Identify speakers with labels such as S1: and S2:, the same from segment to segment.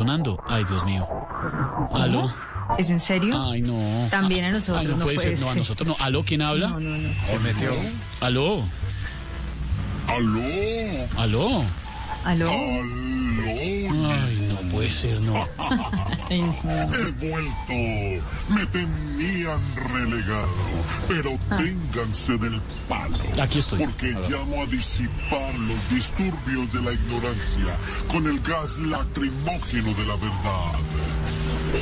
S1: sonando. Ay, Dios mío. ¿Aló?
S2: ¿Es en serio?
S1: Ay, no.
S2: También a nosotros.
S1: Ay, no, puede, ser. No, a nosotros no. ¿Aló? ¿Quién habla?
S2: Oh, No, no, no.
S3: Se metió.
S1: ¿Aló?
S4: Aló,
S1: ¿Aló?
S2: ¿Aló?
S4: aló,
S1: Ay, no puede ser, no.
S2: Ay, no.
S4: he vuelto. Me tenían relegado, pero ténganse del palo.
S1: Aquí estoy.
S4: Porque llamo a disipar los disturbios de la ignorancia con el gas lacrimógeno de la verdad.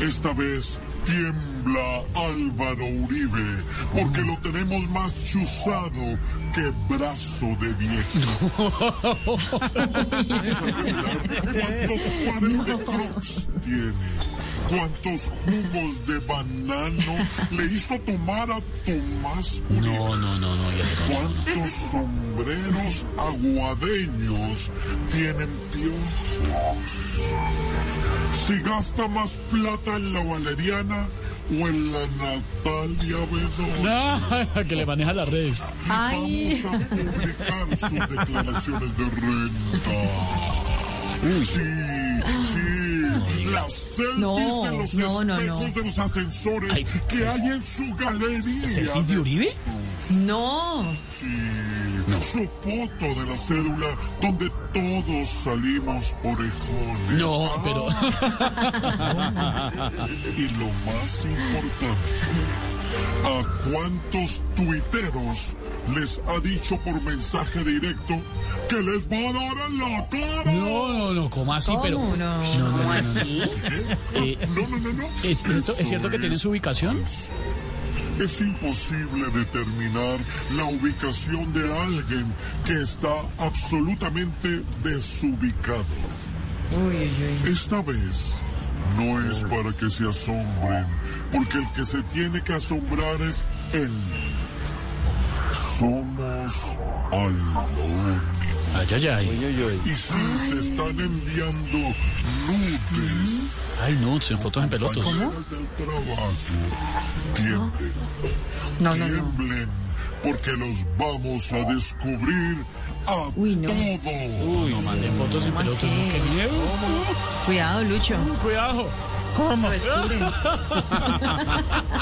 S4: Esta vez tiembla Álvaro Uribe, porque lo tenemos más chuzado que brazo de viejo. ¿Cuántos pares de crocs tiene? ¿Cuántos jugos de banano le hizo tomar a Tomás Uribe?
S1: No, no, no, no. ya, no.
S4: ¿Cuántos sombreros aguadeños tienen piojos? Si gasta más plata en la Valeriana o en la Natalia Bedoya.
S1: Ah, que le maneja las redes.
S2: Ay.
S4: Vamos a publicar sus declaraciones de renta. Sí, sí. Las selfies
S2: No,
S4: de los
S2: no, no, no.
S4: espejos de los ascensores
S1: Ay,
S4: que
S1: sí.
S4: hay en su galería.
S1: ¿Selfies de Uribe?
S2: No.
S4: Su foto de la cédula donde todos salimos orejones.
S1: No, pero.
S4: Y lo más importante, ¿a cuántos tuiteros les ha dicho por mensaje directo que les va a dar en la cara?
S1: No, no, no, ¿cómo así? Pero.
S2: ¿Cómo no?
S1: no, no, no.
S4: ¿Eh? No, no, no, no.
S1: ¿Es cierto, es
S4: Eso
S1: cierto que
S4: es-
S1: tienen su ubicación?
S4: Es imposible determinar la ubicación de alguien que está absolutamente desubicado.
S2: Uy, uy,
S4: Esta vez no es para que se asombren, porque el que se tiene que asombrar es él. Somos Alon.
S1: Ay, ay, ay.
S4: Y si se están enviando nudes
S1: Ay, no, son fotos en pelotos.
S4: compañeras del trabajo, tiemblen,
S2: uy. No, no, no.
S4: tiemblen, porque los vamos a descubrir a
S2: Uy, no.
S4: todos.
S1: Uy, no manden fotos en pelotos. ¡Qué miedo!
S2: Cuidado, Lucho.
S1: ¡Cuidado!
S2: Lo descubren.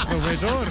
S3: Profesor.